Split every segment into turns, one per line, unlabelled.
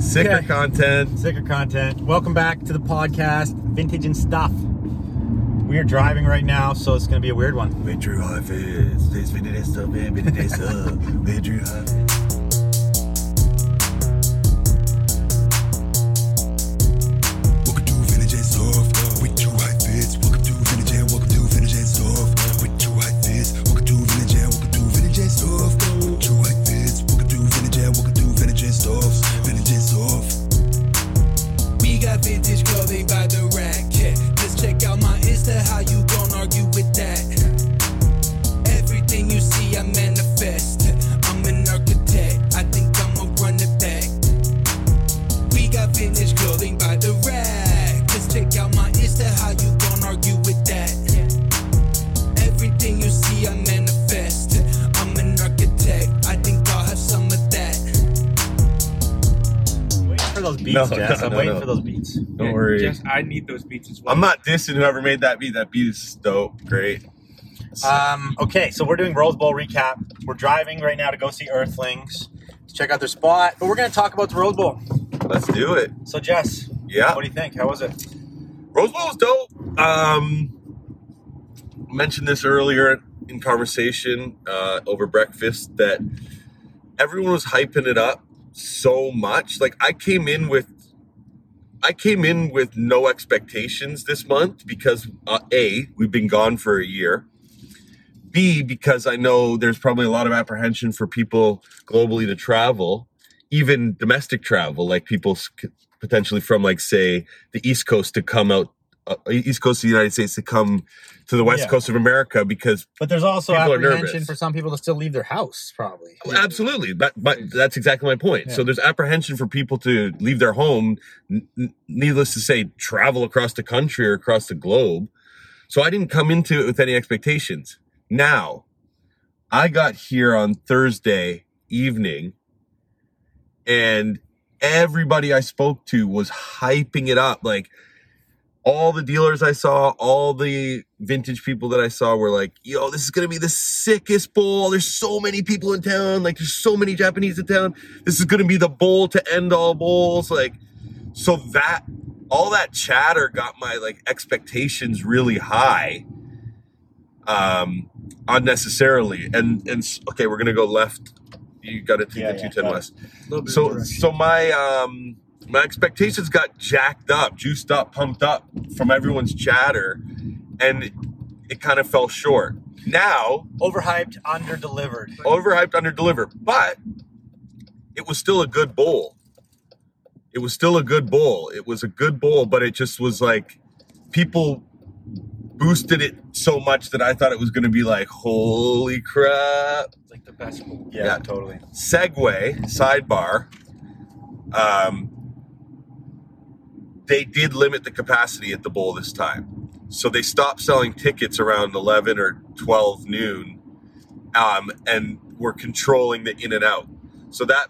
Sicker
Okay.
content.
Sicker content. Welcome back to the podcast, Vintage and Stuff. We are driving right now, so it's going to be a weird one.
Andrew Harvest. This video is so bad, but it is uh, up. Andrew Harvest.
Welcome to Vintage and Soft with two high fits. Welcome to Vintage and welcome to Vintage and Soft with two high fits. Welcome to Vintage and welcome to Vintage and Soft with two high fits. Welcome to Vintage and welcome to Vintage and Soft. Vintage and Soft. We got vintage clothing by the rack. Yeah. Just check out my Insta. How you gon' argue with that? Everything you see, I manifest. I'm an architect. I think I'ma run it back. We got vintage clothing by the rack. Just check out my Insta. How you gon' argue with that? Everything you see, I manifest. I'm an architect. I think I'll have some of that.
Waiting for those beats,
No,
Jess.
no,
I'm
no,
waiting
no.
for those beats.
Don't
Yeah,
worry.
Jess, I need those beats as well.
I'm not dissing whoever made that beat. That beat is dope. Great.
Um, okay, so we're doing Rose Bowl recap. We're driving right now to go see Earthlings to check out their spot, but we're going to talk about the Rose Bowl.
Let's do it.
So, Jess,
Yeah.
what do you think? How was it?
Rose Bowl was dope. Um, mentioned this earlier in conversation uh, over breakfast that everyone was hyping it up so much. Like I came in with, I came in with no expectations this month because uh, a we've been gone for a year. B because I know there's probably a lot of apprehension for people globally to travel, even domestic travel, like people s- potentially from like say the East Coast to come out, uh, East Coast of the United States to come to the West
Yeah.
Coast of America because
But there's also
People are
apprehension
nervous.
for some people to still leave their house, probably.
Well, Oh, absolutely, but but that's exactly my point. So
Yeah.
there's apprehension for people to leave their home, n- n- needless to say, travel across the country or across the globe. So I didn't come into it with any expectations. Now, I got here on Thursday evening, and everybody I spoke to was hyping it up. Like all the dealers I saw, all the vintage people that I saw were like, yo, this is gonna be the sickest bowl. There's so many people in town. Like, there's so many Japanese in town. This is gonna be the bowl to end all bowls. Like, so that all that chatter got my like expectations really high. Um unnecessarily. And and s- okay, we're gonna go left. You gotta take
Yeah,
the
yeah,
210
got it.
west
Little bit of
so
direction.
so my um my expectations got jacked up juiced up pumped up from everyone's chatter and it, it kind of fell short now
Overhyped, underdelivered.
overhyped under deliver but it was still a good bowl it was still a good bowl it was a good bowl but it just was like people boosted it so much that i thought it was going to be like holy crap
It's like the best bowl.
Yeah.
totally.
segue sidebar um, they did limit the capacity at the bowl this time so they stopped selling tickets around 11 or 12 noon um, and were controlling the in and out so that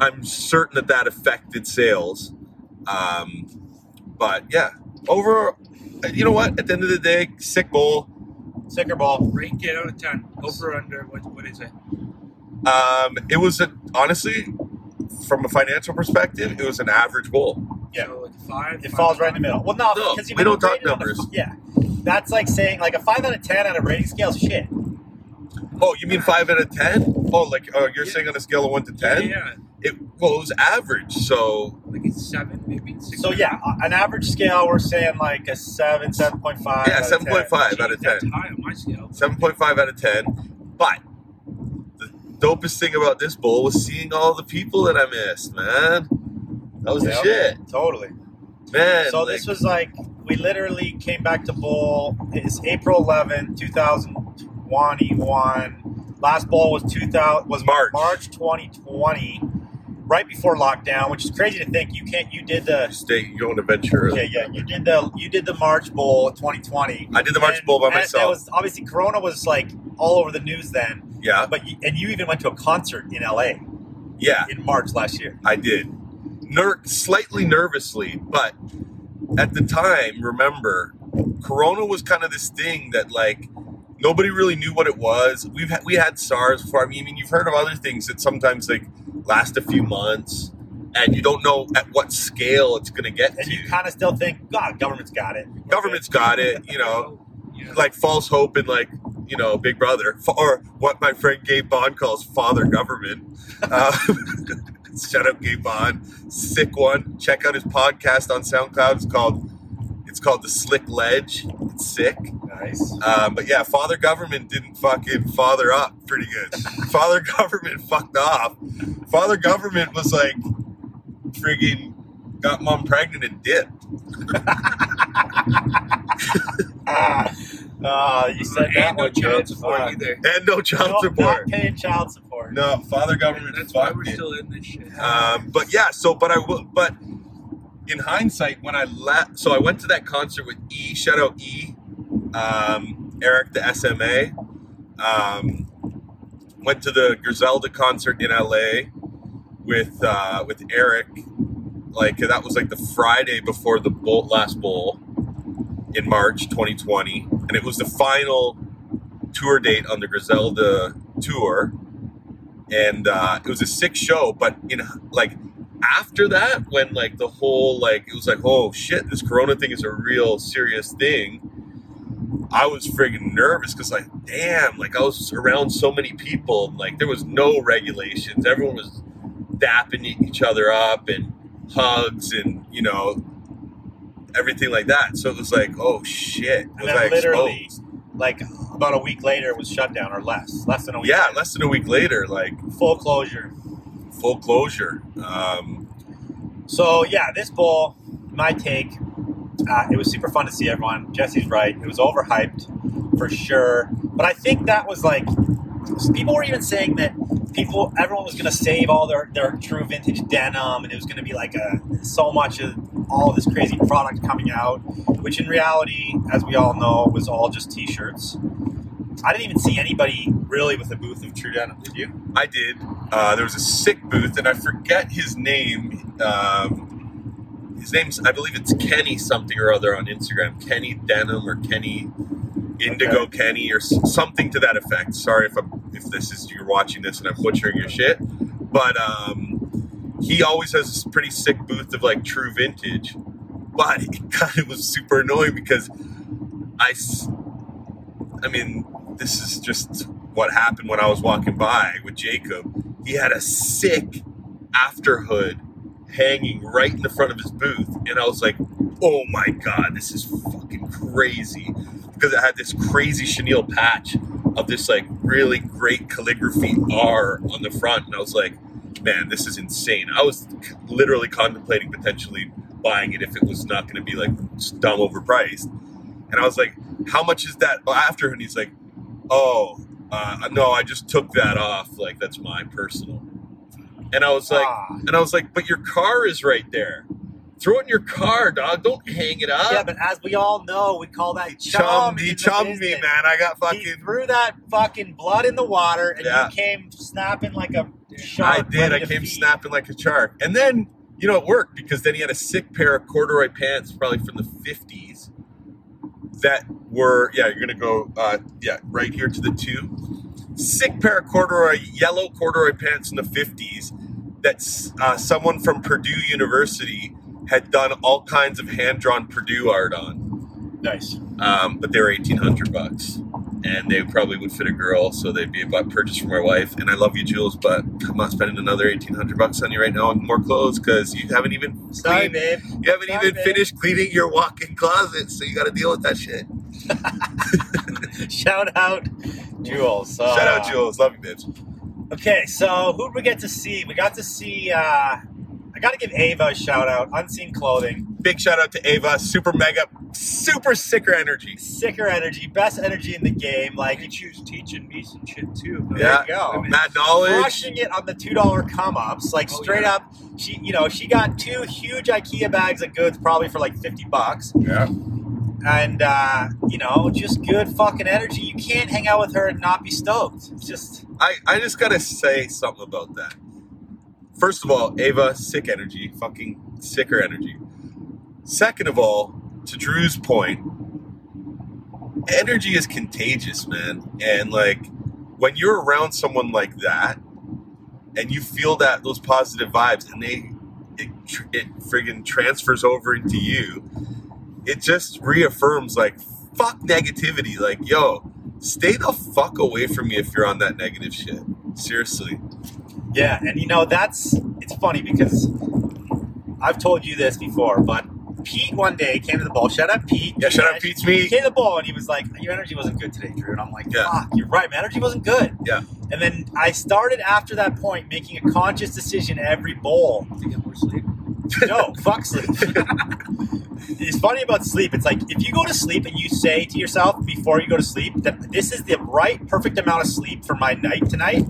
i'm certain that that affected sales um, but yeah over you know what at the end of the day sick bowl
Sicker Bowl.
Rate it out of 10. Over, under, what, what is it?
um, it was a, honestly from a financial perspective it was an average bowl
Yeah.
So like five.
It
five
falls right in the
five.
middle. Well, no,
No,
because
we don't talk numbers.
yeah, that's like saying like a five out of ten on a rating scale is shit.
Oh, you mean five out of ten? Oh, like oh, you're
Yeah.
saying on a scale of one to ten?
Yeah,
It well, it was average. So
like it's seven, maybe six.
So yeah, on an average scale, we're saying like a seven, seven point five.
yeah, seven point five out of
That's
ten.
high on my scale.
Seven point five out of ten. But the dopest thing about this bowl was seeing all the people that I missed, man. That was
Yeah.
the shit,
Totally.
man.
So
like,
this was like we literally came back to bowl. It's April 11, 2021. Last bowl was 2000 was
March.
March 2020, right before lockdown, which is crazy to think. You can't. You did the
state you going to venture.
Yeah, yeah. You did the you did the March Bowl 2020.
I did the March
And-
Bowl by
and That
myself.
was obviously Corona was like all over the news then.
yeah,
But you, and you even went to a concert in LA
yeah.
in March last year.
I did. Ner- slightly nervously, but at the time, remember, Corona was kind of this thing that like nobody really knew what it was. We've had we had SARS before. I mean, you've heard of other things that sometimes like last a few months, and you don't know at what scale it's going to get
And you
to.
kind of still think, God, government's got it. We're
Government's got it, you know,
Yeah.
Oh. like false hope and like you know, Big Brother, F- or what my friend Gabe Bond calls Father Government. Uh, shut up, Gabe Bond, sick one. Check out his podcast on SoundCloud. It's called it's called the Slick Ledge. It's sick.
good. Nice.
Um, but yeah, father government didn't fucking father up pretty good. father government fucked off. Father government was like friggin' got mom pregnant and dipped.
Ah, ah, you said that
ain't no
one,
child
kid.
support
Fuck.
either.
And no child
Nope,
support.
Not paying child support.
No, father government
That's why
fucked
we're
it.
still in this shit.
Um, but yeah, so but I will. But in hindsight, when I left, so I went to that concert with E. Shout out E. Um, Eric the SMA. Um, went to the Griselda concert in LA with uh, with Eric. Like that was like the Friday before the bowl, last bowl in March 2020, and it was the final tour date on the Griselda tour and uh, it was a sick show. But in like after that, when like the whole like it was like, oh shit, this Corona thing is a real serious thing. I was friggin' nervous because like, damn, like I was around so many people, and, like there was no regulations. Everyone was dapping e- each other up and hugs and you know everything like that. So it was like, oh shit, was
then
I
literally-
exposed?
Like about a week later, it was shut down or less. Less than a week.
Yeah,
later.
less than a week later, like
full closure.
full closure. Um,
So yeah, this bowl, my take, uh, it was super fun to see everyone. Jesse's right; it was overhyped for sure. But I think that was like people were even saying that people, everyone was going to save all their their true vintage denim, and it was going to be like a so much of all this crazy product coming out, which in reality, as we all know, was all just t-shirts. I didn't even see anybody really with a booth of true denim. Did you?
I did. Uh, there was a sick booth, and I forget his name. Um, his name's, I believe it's Kenny something or other on Instagram. Kenny Denim or Kenny Indigo Kenny or s- something to that effect. Sorry if I'm, if this is you're watching this and I'm butchering your shit, but um, he always has this pretty sick booth of like true vintage. But it kind of was super annoying because I, s- I mean, this is just what happened when I was walking by with Jacob. He had a sick afterhood hanging right in the front of his booth, and I was like, "Oh my god, this is fucking crazy!" Because it had this crazy chenille patch of this like really great calligraphy R on the front, and I was like, "Man, this is insane." I was c- literally contemplating potentially buying it if it was not going to be like dumb overpriced, and I was like, "How much is that afterhood?" And he's like oh uh, no i just took that off like that's my personal and i was like
Ah.
and i was like but your car is right there throw it in your car dog don't hang it up
yeah, but as we all know, we call that chum. in
chummy
the
chummy
business.
man i got
He
fucking
threw that fucking blood in the water, and
Yeah.
you came snapping like a
i
shark.
did i
ready to
came
feed.
snapping like a shark and then you know it worked because then he had a sick pair of corduroy pants probably from the 50s that were yeah you're gonna go uh, yeah right here to the two sick pair of corduroy, yellow corduroy pants in the 50s that s- uh, someone from Purdue University had done all kinds of hand drawn Purdue art on.
Nice.
Um, but they were 1800 bucks and they probably would fit a girl, so they'd be about purchase for my wife. And I love you, Jules, but I'm not spending another 1800 bucks on you right now on more clothes because you haven't even
Sorry,
cleaned-
babe.
you haven't
Sorry,
even
babe.
finished cleaning your walk-in closet, so you got to deal with that shit.
Shout out, Jules. So,
Shout out, Jules, love you, bitch.
Okay, so who did we get to see? We got to see. uh I got to give Ava a shout out. Unseen Clothing,
Big shout out to Ava, super mega, super sicker energy.
sicker energy, best energy in the game. Like
and she was teaching me some shit too. about
Yeah.
There you go.
women.
Mad knowledge.
crushing it on the two dollar come ups. Like
Oh,
straight
yeah.
up, she you know she got two huge IKEA bags of goods probably for like fifty bucks,
Yeah.
and uh, you know just good fucking energy. You can't hang out with her and not be stoked. It's just
I, I just gotta say something about that. First of all, Ava, sick energy, fucking sicker energy. Second of all, to Drew's point, energy is contagious, man. And like when you're around someone like that and you feel that those positive vibes and they tr- it friggin' transfers over into you. It just reaffirms like fuck negativity. Like yo, stay the fuck away from me if you're on that negative shit. Seriously.
Yeah, and you know that's it's funny because I've told you this before, but Pete one day came to the ball. Shout out Pete.
Yeah, shout out Pete's me.
He came to the ball and he was like, "Your energy wasn't good today, Drew." And I'm like,
Yeah.
"Fuck, you're right. My energy wasn't good."
Yeah.
And then I started after that point making a conscious decision every bowl
to get more sleep.
no, fuck sleep. it's funny about sleep. It's like if you go to sleep and you say to yourself before you go to sleep that this is the right, perfect amount of sleep for my night tonight,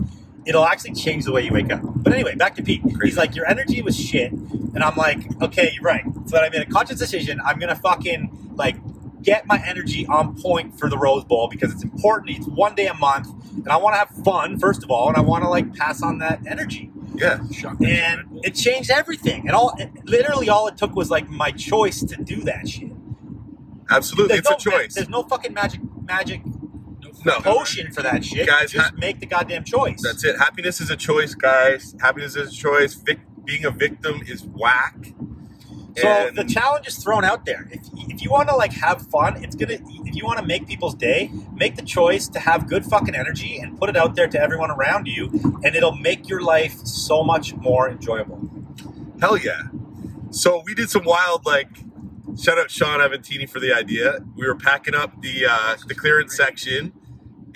it'll actually change the way you wake up. But anyway, back to Pete. He's like, your energy was shit. And I'm like, okay, you're right. So then I made a conscious decision. I'm going to fucking like get my energy on point for the Rose Bowl because it's important. It's one day a month. And I want to have fun, first of all. And I want to like pass on that energy
Yeah.
Shock
and it changed everything. And all, it, literally, all it took was like my choice to do that shit.
Absolutely.
There's
It's a
no ma-
choice.
there's no fucking magic magic
No.
potion for that shit.
Guys,
just
ha-
make the goddamn choice.
That's it. Happiness is a choice, guys. Happiness is a choice. Vic- being a victim is whack.
so
And-
the challenge is thrown out there. If, if you want to like have fun, it's gonna. If you want to make people's day, make the choice to have good fucking energy and put it out there to everyone around you, and it'll make your life so much more enjoyable.
Hell yeah. So we did some wild like shout out Sean Aventini for the idea. We were packing up the uh, the clearance section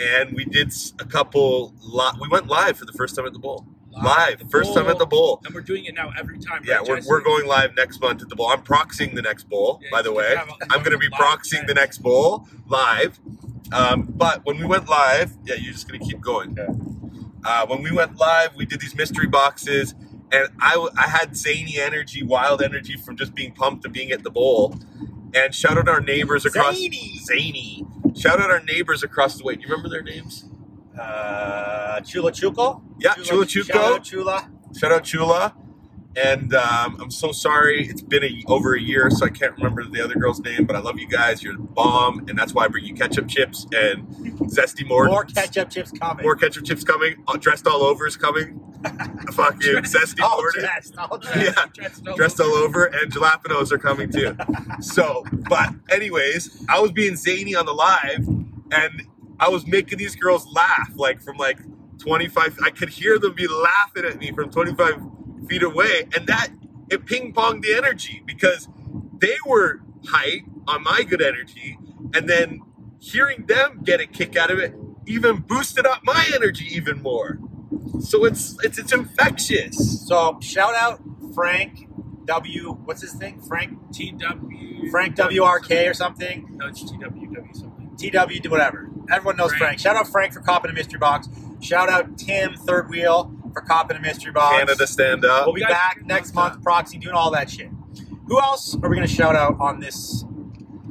and we did s- a couple li- we went live for the first time at the bowl. Live, first time at the bowl.
And we're doing it now every time.
Yeah,
right,
we're,
Jesse?
we're going live next month at the bowl. I'm proxying the next bowl,
Yeah,
by the
you can
way.
have a-
I'm going to be
live
proxying the
event.
next bowl live. Um, but when we went live, yeah, you're just going to keep going.
Okay.
Uh, when we went live, we did these mystery boxes, and I, w- I had zany energy, wild energy from just being pumped and being at the bowl. And shout out our neighbors across
Zany.
Zany. Shout out our neighbors across the way. Do you remember their names?
Uh, Chula Chuco.
Yeah, Chula
Shout out
Chuco.
Chula.
Shout out Chula. And um, I'm so sorry. It's been a, over a year, so I can't remember the other girl's name. But I love you guys. You're the bomb, and that's why I bring you ketchup chips and zesty more.
More ketchup chips coming.
More ketchup chips coming. Uh, dressed all over is coming. Fuck you, zesty
All
Morden.
dressed, all dressed.
Yeah.
Dressed all
dressed
over.
all over, and jalapenos are coming too. So, but anyways, I was being zany on the live, and I was making these girls laugh, like from like 25. I could hear them be laughing at me from 25 feet away, and that it ping ponged the energy because they were hype on my good energy, and then hearing them get a kick out of it even boosted up my energy even more. So it's it's it's infectious.
So shout out Frank W. What's his thing? Frank
TW.
Frank WRK or something.
No, it's TWW something.
TW whatever. Everyone knows Frank.
Frank.
Shout out Frank for copping a mystery box. Shout out Tim Third Wheel for copping a mystery box.
Canada stand up.
We'll be
You guys
back
can do
next
that.
month, proxy, doing all that shit. Who else are we gonna shout out on this?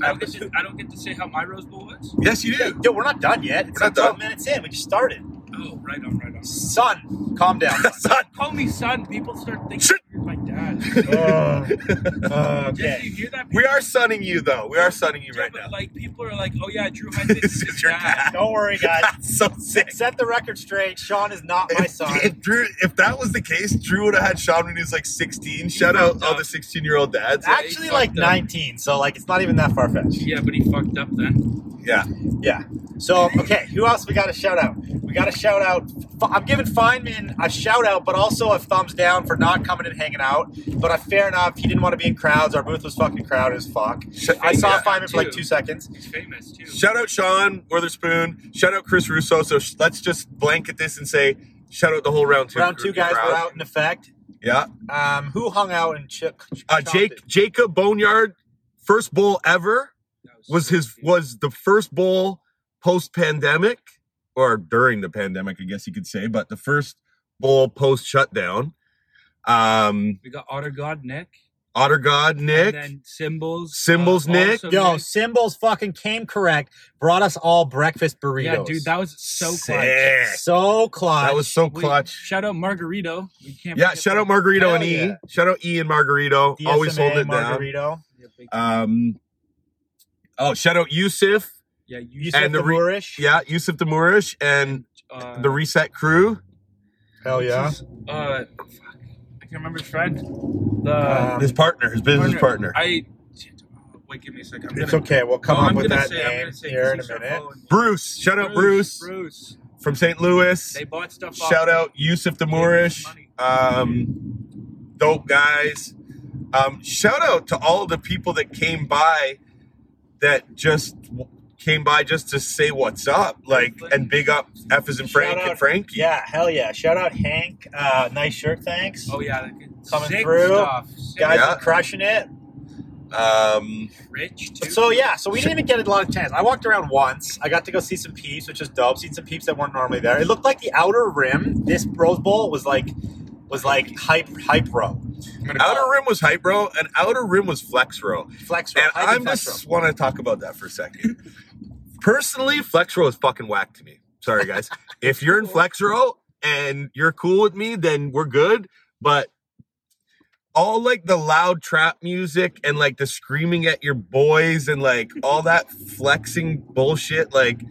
I don't, get to, I don't get to say how my Rose Bowl was.
Yes, you do.
Dude, we're not done yet. It's
We're
like
not
12
done.
minutes in. We just started.
Oh, right on, right on.
Son, calm down.
Son.
Call me son. People start thinking
Shit.
you're my dad.
Oh.
Jesse,
okay.
you hear that?
We are sunning you though. We are sunning you
Yeah,
right
but,
now.
Like people are like, oh yeah, Drew Heisman is his
your
dad.
dad.
Don't worry, guys.
That's so sick.
Set the record straight. Sean is not my
If,
son.
if Drew, if that was the case, Drew would have had Sean when he was like 16. Shout out
fucked
all
up.
the 16 year old dads.
Ah.
Actually, like
fucked up.
19, so like it's not even that far fetched.
Yeah, but he fucked up then.
Yeah,
Yeah. So okay, who else we got to shout out? We got to shout out. F- I'm giving Feynman a shout out, but also a thumbs down for not coming and hanging out. But uh, fair enough, he didn't want to be in crowds. Our booth was fucking crowded as fuck. I saw
yeah.
Feynman for like
too.
two seconds.
He's famous too.
Shout out Sean Witherspoon. Shout out Chris Russo. So sh- let's just blanket this and say shout out the whole round two.
Round two guys
crowd.
were out in effect.
Yeah,
Um, who hung out and ch- ch-
uh,
chopped
Jake
it?
Jacob Boneyard, first bowl ever.
That
was
so
his
cute.
was the first bowl post pandemic or during the pandemic i guess you could say but the first bowl post shutdown um
We got Otter God Nick.
otter god nick
And then symbols. uh,
Symbols Nick.
Yo,
Nick.
Symbols fucking came correct. Brought us all breakfast burritos.
Yeah, dude, that was so clutch.
Sick.
so clutch.
that was so
We-
clutch
shout out Margarito. We can't.
yeah
forget
shout out
that.
margarito
Hell
and e
yeah.
shout out e and margarito
DSMA,
always holding it
Margarito.
Yeah, big-
down um oh shout out yusuf
yeah, you.
Yusuf
And the re-
Moorish.
yeah yusuf the moorish and
uh,
the reset crew
Hell yeah.
Uh, fuck. I can't remember his friend. The
Um,
His partner, his business partner.
I shit, oh, wait, give me a second. I'm
It's
gonna,
okay. We'll come
oh,
up
I'm
with
gonna
that
say, I'm
name
gonna say, 'cause
here in
you
a
start
minute.
following me.
Bruce, shout out Bruce,
Bruce.
from St. Louis.
They bought stuff. off
Shout
me.
out Yusuf the Moorish, um, dope guys. Um, shout out to all the people that came by, that just w- came by just to say what's up, like and big up F is and Frank
Shout
and
out-
Frankie.
Yeah, hell yeah. Shout out Hank. Uh, nice shirt, thanks.
Oh yeah, they
Coming
sick
through.
Stuff. Sick
Guys
Yeah.
are crushing it.
Um,
rich too.
So yeah, so we didn't even get a lot of chance. I walked around once. I got to go see some peeps, which is dope. Seen some peeps that weren't normally there. It looked like the outer rim. This Rose Bowl was like was like hype hype row. I'm gonna call
outer
it
rim was hype row, and outer rim was flex row.
flex row.
And
hype
I'm
flex
just want to talk about that for a second. Personally, flex row is fucking whack to me. Sorry, guys. if you're in flex row and you're cool with me, then we're good. But all like the loud trap music and like the screaming at your boys and like all that flexing bullshit, like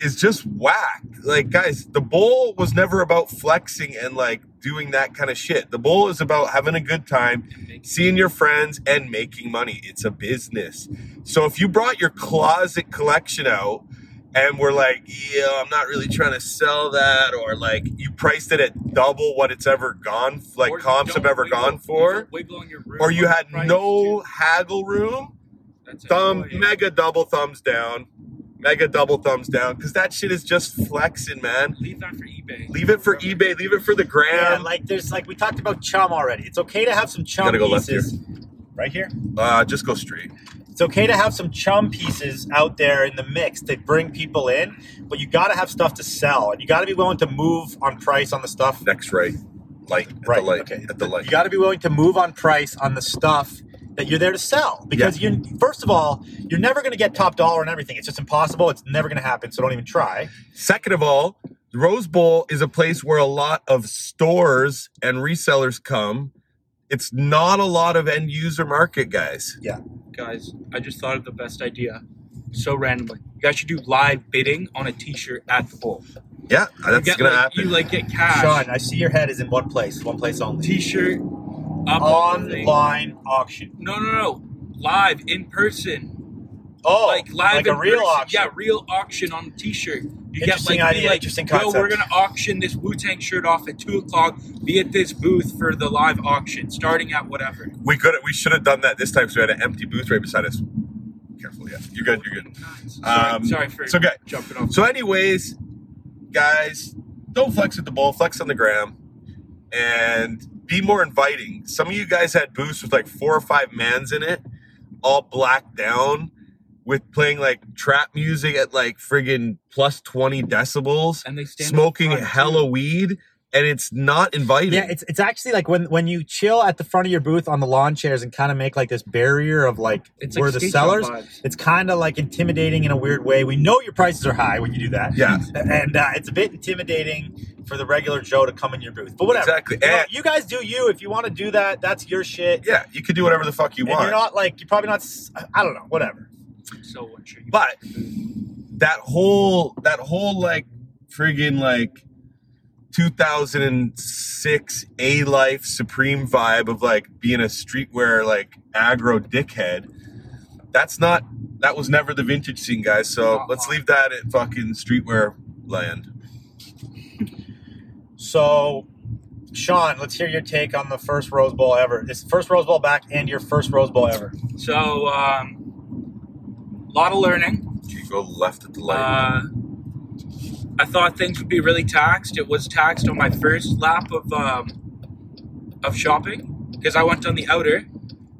is just whack. Like, guys, the bowl was never about flexing and like doing that kind of shit. The bowl is about having a good time seeing your friends and making money. It's a business. So if you brought your closet collection out and were like, yeah, I'm not really trying to sell that, or like you priced it at double what it's ever gone, like
Or
comps have
don't
ever
wiggle-
gone for,
don't wiggle in your room
or you
on the
had
price,
no
too.
haggle room,
That's oh,
thumb
Oh,
annoying.
mega double thumbs down mega double thumbs down because that shit is just flexing man
Leave that for eBay.
leave it for ebay leave it for the gram
row. Yeah, like there's like we talked about chum already. It's okay to have some chum
Gotta go left
pieces. Right here.
uh, just go straight
It's okay to have some chum pieces out there in the mix to bring people in, but you got to have stuff to sell, and you got to be willing to move on price on the stuff.
next right light at
Right,
the light
okay.
at the light
You got to be willing to move on price on the stuff that you're there to sell because you first of all you're never going to get top dollar on everything. It's just impossible. It's never going to happen. So don't even try.
Second of all, the Rose Bowl is a place where a lot of stores and resellers come. It's not a lot of end user market, guys.
Guys, I just thought of the best idea. So randomly, you guys should do live bidding on a T-shirt at the bowl.
Yeah, that's
you get,
gonna
like,
happen.
You like get cash.
Sean, I see your head is in one place, one place only.
T-shirt up on the thing.
Online auction.
No, no, no. Live in person.
Oh,
like live
like
in
a real
person.
auction.
Yeah, real auction on a T-shirt. You get
Interesting
like, be
idea,
like
interesting
yo, we're
concept.
gonna auction this Wu Tang shirt off at two o'clock. Be at this booth for the live auction, starting at whatever.
we could we should have done that this time. So we had an empty booth right beside us. Careful, yeah. You're good. You're good.
Sorry,
Um,
sorry for
it's okay.
jumping off.
So, anyways, guys, don't flex at the bowl, flex on the gram, and be more inviting. Some of you guys had booths with like four or five mans in it, all blacked down, with playing like trap music at like friggin' plus 20 decibels,
and they stand
smoking
up front, too.
hella weed, and it's not inviting.
Yeah, it's it's actually like when when you chill at the front of your booth on the lawn chairs and kind of make like this barrier of like
It's
we're
like
the
skate shop
sellers.
vibes.
It's kind of like intimidating in a weird way. We know your prices are high when you do that.
Yeah,
And uh, it's a bit intimidating for the regular Joe to come in your booth. But whatever.
exactly.
You, know,
And
you guys do you. If you want to do that, that's your shit.
yeah, you can do whatever the fuck you
and
want.
you're not like, you're probably not, s- I don't know, whatever.
So what should you-
But that whole that whole like friggin' like 2006 A Life Supreme vibe of like being a streetwear like aggro dickhead. That's not that was never the vintage scene, guys. So let's leave that at fucking streetwear land.
So, Sean, let's hear your take on the first Rose Bowl ever. This first Rose Bowl back and your first Rose Bowl ever.
so um, a lot of learning.
You go left at the light.
Uh, I thought things would be really taxed. It was taxed on my first lap of um, of shopping because I went on the outer.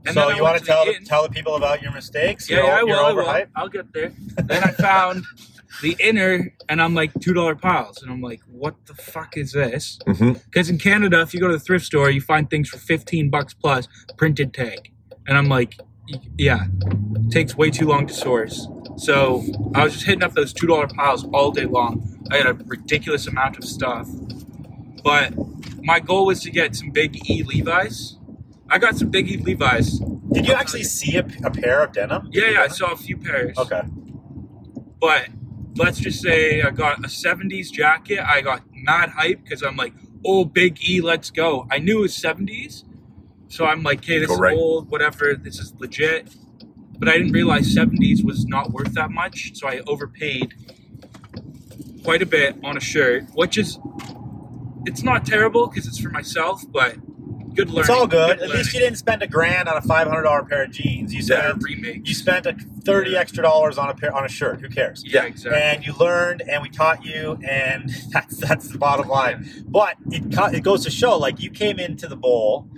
And
so,
then I
you
went
want to tell
the
the,
in.
tell the people about your mistakes?
Yeah,
You're-
yeah, I will.
you're
I will.
overhyped?
I'll get there. Then I found the inner, and I'm like two dollar piles, and I'm like, what the fuck is this?
Mhm.
Because in Canada, if you go to the thrift store, you find things for fifteen bucks plus printed tag, and I'm like, y- yeah, takes way too long to source. So I was just hitting up those two dollar piles all day long. I had a ridiculous amount of stuff, but my goal was to get some big E Levi's. I got some big E Levi's.
Did you actually see a, a pair of denim?
Yeah, yeah, I saw a few pairs.
Okay.
But let's just say I got a 70s jacket. I got mad hype because I'm like, old Big E, let's go. I knew it was 70s, so I'm like, hey, this
Go
is
right.
old, whatever, this is legit. But I didn't realize 70s was not worth that much, so I overpaid quite a bit on a shirt, which is, it's not terrible because it's for myself, but good learning.
It's all good. At
learning.
least you didn't spend a grand on a five hundred dollar pair of jeans. You
Better
spent
remakes.
you spent a thirty extra dollars on a pair on a shirt. Who cares?
yeah,
Yeah.
exactly.
And you learned, and we taught you, and that's that's the bottom line. But it co- it goes to show, like you came into the bowl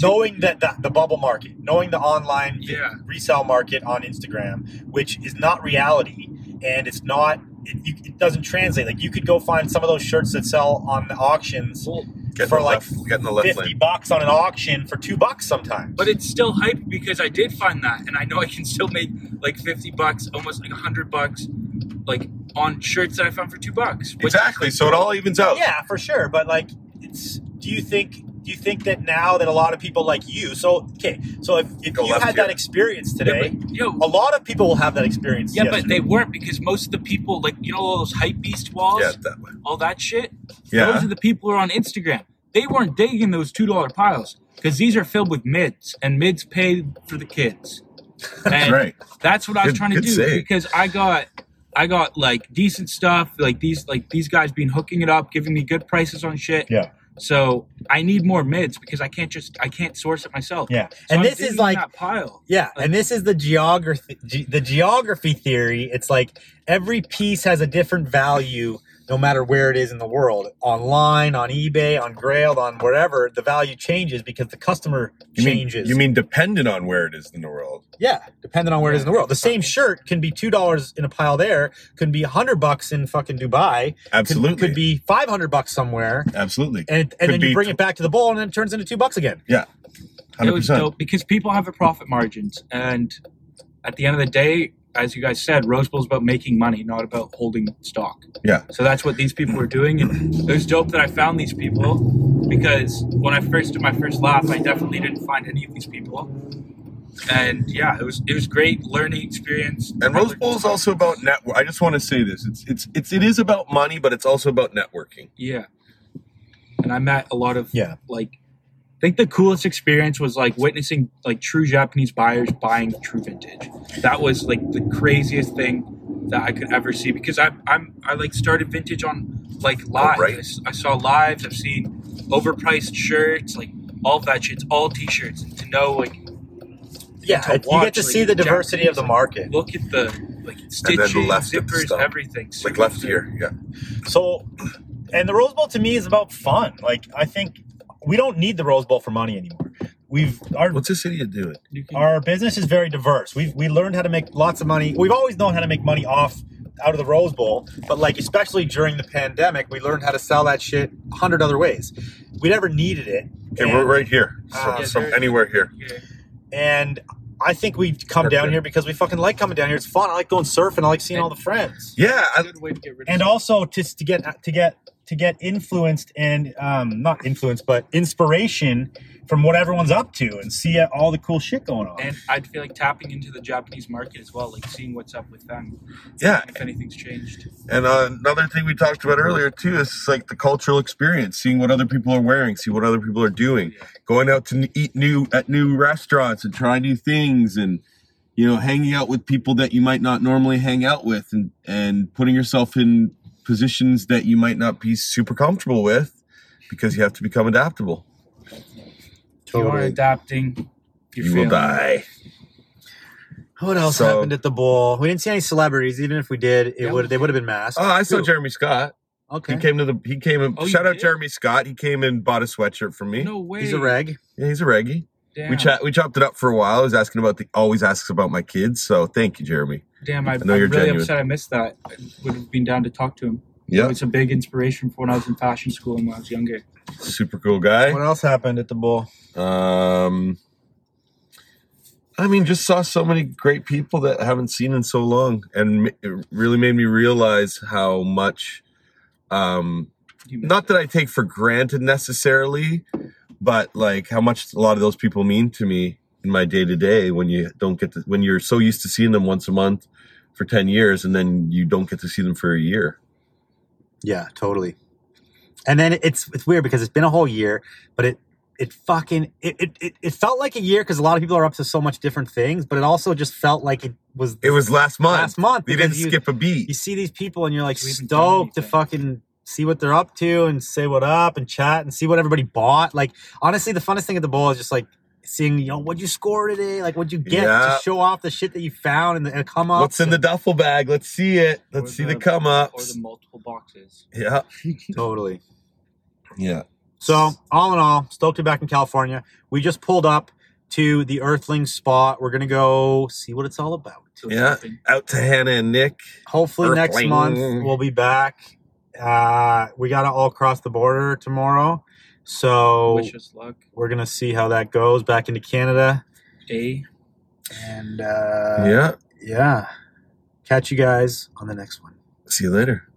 knowing that the, the bubble market, knowing the online
Yeah.
resale market on Instagram, which is not reality, and it's not. It, you, it doesn't translate. Like you could go find some of those shirts that sell on the auctions
Well,
Get in
For
the
like
left, get in the left
fifty
lane.
bucks on an auction for two bucks sometimes.
But it's still hype because I did find that, and I know I can still make like fifty bucks, almost like hundred bucks, like on shirts that I found for two bucks. Which
Exactly. So it all evens out.
Oh, yeah, for sure. But like, it's. Do you think? Do you think that now that a lot of people like you? So okay, so if, if
Go
you
left
had
here.
that experience
yeah,
today,
but, yo,
a lot of people will have that experience.
yeah, but
yesterday.
they weren't because most of the people, like you know, all those hype beast walls,
Yeah, that way.
all that shit.
Yeah.
Those are the people who are on Instagram. They weren't digging those two dollar piles because these are filled with mids, and mids pay for the kids.
That's
And
right.
That's what I was
Good-
trying to
good
do
save.
because I got I got like decent stuff, like these like these guys been hooking it up, giving me good prices on shit.
Yeah.
So I need more mids because I can't just I can't source it myself.
yeah,
So
and
I'm
this is
digging
like
that pile.
Yeah, and this is the geography ge- the geography theory. It's like every piece has a different value no matter where it is in the world. Online, on eBay, on Grailed, on wherever, the value changes because the customer
You mean,
changes.
you mean dependent on where it is in the world?
yeah, depending on where it is in the world. The same shirt can be $2 in a pile there, could be 100 bucks in fucking Dubai, could,
Absolutely.
could be 500 bucks somewhere,
Absolutely.
and
Could
and then you
be
bring
tw-
it back to the bowl and then it turns into 2 bucks again.
Yeah.
it
Hundred
was
percent.
dope because people have their profit margins, and at the end of the day, as you guys said, Rose Bowl's about making money, not about holding stock.
Yeah.
So that's what these people were doing, and it was dope that I found these people because when I first did my first laugh, I definitely didn't find any of these people. And yeah, it was it was great learning experience.
And Rose Bowl is also about network. I just want to say this: it's it's it's it is about money, but it's also about networking.
Yeah. And I met a lot of
Yeah.
like I think the coolest experience was like witnessing like true Japanese buyers buying true vintage. That was like the craziest thing that I could ever see because I I'm I like started vintage on like live.
right.
I s- I, saw lives, I've seen overpriced shirts, like all of that shit. It's all t-shirts. And to know like
Yeah,
to
you get
watch,
to
like,
see the diversity of the
Japanese,
market.
like, Look at the like stitching,
left at the
zippers,
stop.
everything.
Like left here, yeah.
So, and the Rose Bowl to me is about fun. Like I think we don't need the Rose Bowl for money anymore. We've our
What's this idiot doing?
You can-
our business is very diverse. We've we learned how to make lots of money. We've always known how to make money off out of the Rose Bowl, but like especially during the pandemic, we learned how to sell that shit a hundred other ways. We never needed it.
Okay,
and,
we're right here. So,
Uh,
so
there-
anywhere here.
yeah.
and I think we come
Perfect.
down here because we fucking like coming down here. It's fun. I like going surfing. I like seeing all the friends.
Yeah, I,
good way to get rid of
and also just to get to get to get influenced and um, not influenced but inspiration from what everyone's up to and see uh, all the cool shit going on
and I'd feel like tapping into the Japanese market as well, like seeing what's up with them,
yeah.
if anything's changed.
And uh, another thing we talked about earlier too is like the cultural experience, seeing what other people are wearing, see what other people are doing, going out to n- eat new at new restaurants and try new things, and you know, hanging out with people that you might not normally hang out with, and and putting yourself in positions that you might not be super comfortable with, because you have to become adaptable.
You are
Totally.
adapting. You're
you will die.
what else
So-
happened at the bowl we didn't see any celebrities even if we did it
Yeah,
would
we
they would have been masked
Oh, I saw
Cool.
Jeremy Scott.
okay
He came to the. He came. And,
Oh, you
shout out
did?
Jeremy Scott. He came and bought a sweatshirt from me.
No way.
he's a reg
Yeah, he's a reggie.
Damn.
We chat. We chopped it up for a while. I was asking about the. Always asks about my kids. So thank you, Jeremy.
Damn, I,
I know
am
you're
really
genuine.
upset I missed that. I would have been down to talk to him. It
Yeah,
was a big inspiration for when I was in fashion school and when I was younger.
super cool guy.
what else happened at the bowl
Um, I mean, just saw so many great people that I haven't seen in so long, and ma- it really made me realize how much. Um,
You missed
not that I take for granted necessarily, but like how much a lot of those people mean to me in my day to day. When you don't get to, when you're so used to seeing them once a month for ten years, and then you don't get to see them for a year.
yeah totally And then it's it's weird because it's been a whole year, but it it fucking it it, it, it felt like a year because a lot of people are up to so much different things, but it also just felt like it was
It was last month.
last month.
They
because
didn't
you,
skip a
you
beat.
see these people and you're like
We haven't
stoked to
done anything.
fucking see what they're up to and say what up and chat and see what everybody bought. Like honestly, the funnest thing at the bowl is just like seeing you know what you score today, like what you get
Yeah.
to show off the shit that you found and, the, and come up.
What's in the duffel bag? Let's see it. Let's see the, come
Or
ups.
the multiple boxes.
yeah.
totally.
Yeah.
So all in all, stoked to be back in California. We just pulled up to the Earthling spot. We're gonna go see what it's all about.
Yeah. Out to Hannah and Nick.
Hopefully next
Earthling.
month we'll be back. Uh, we gotta all cross the border tomorrow. So
Wish us luck.
we're gonna see how that goes back into Canada.
A.
And uh,
yeah.
yeah, catch you guys on the next one.
See you later.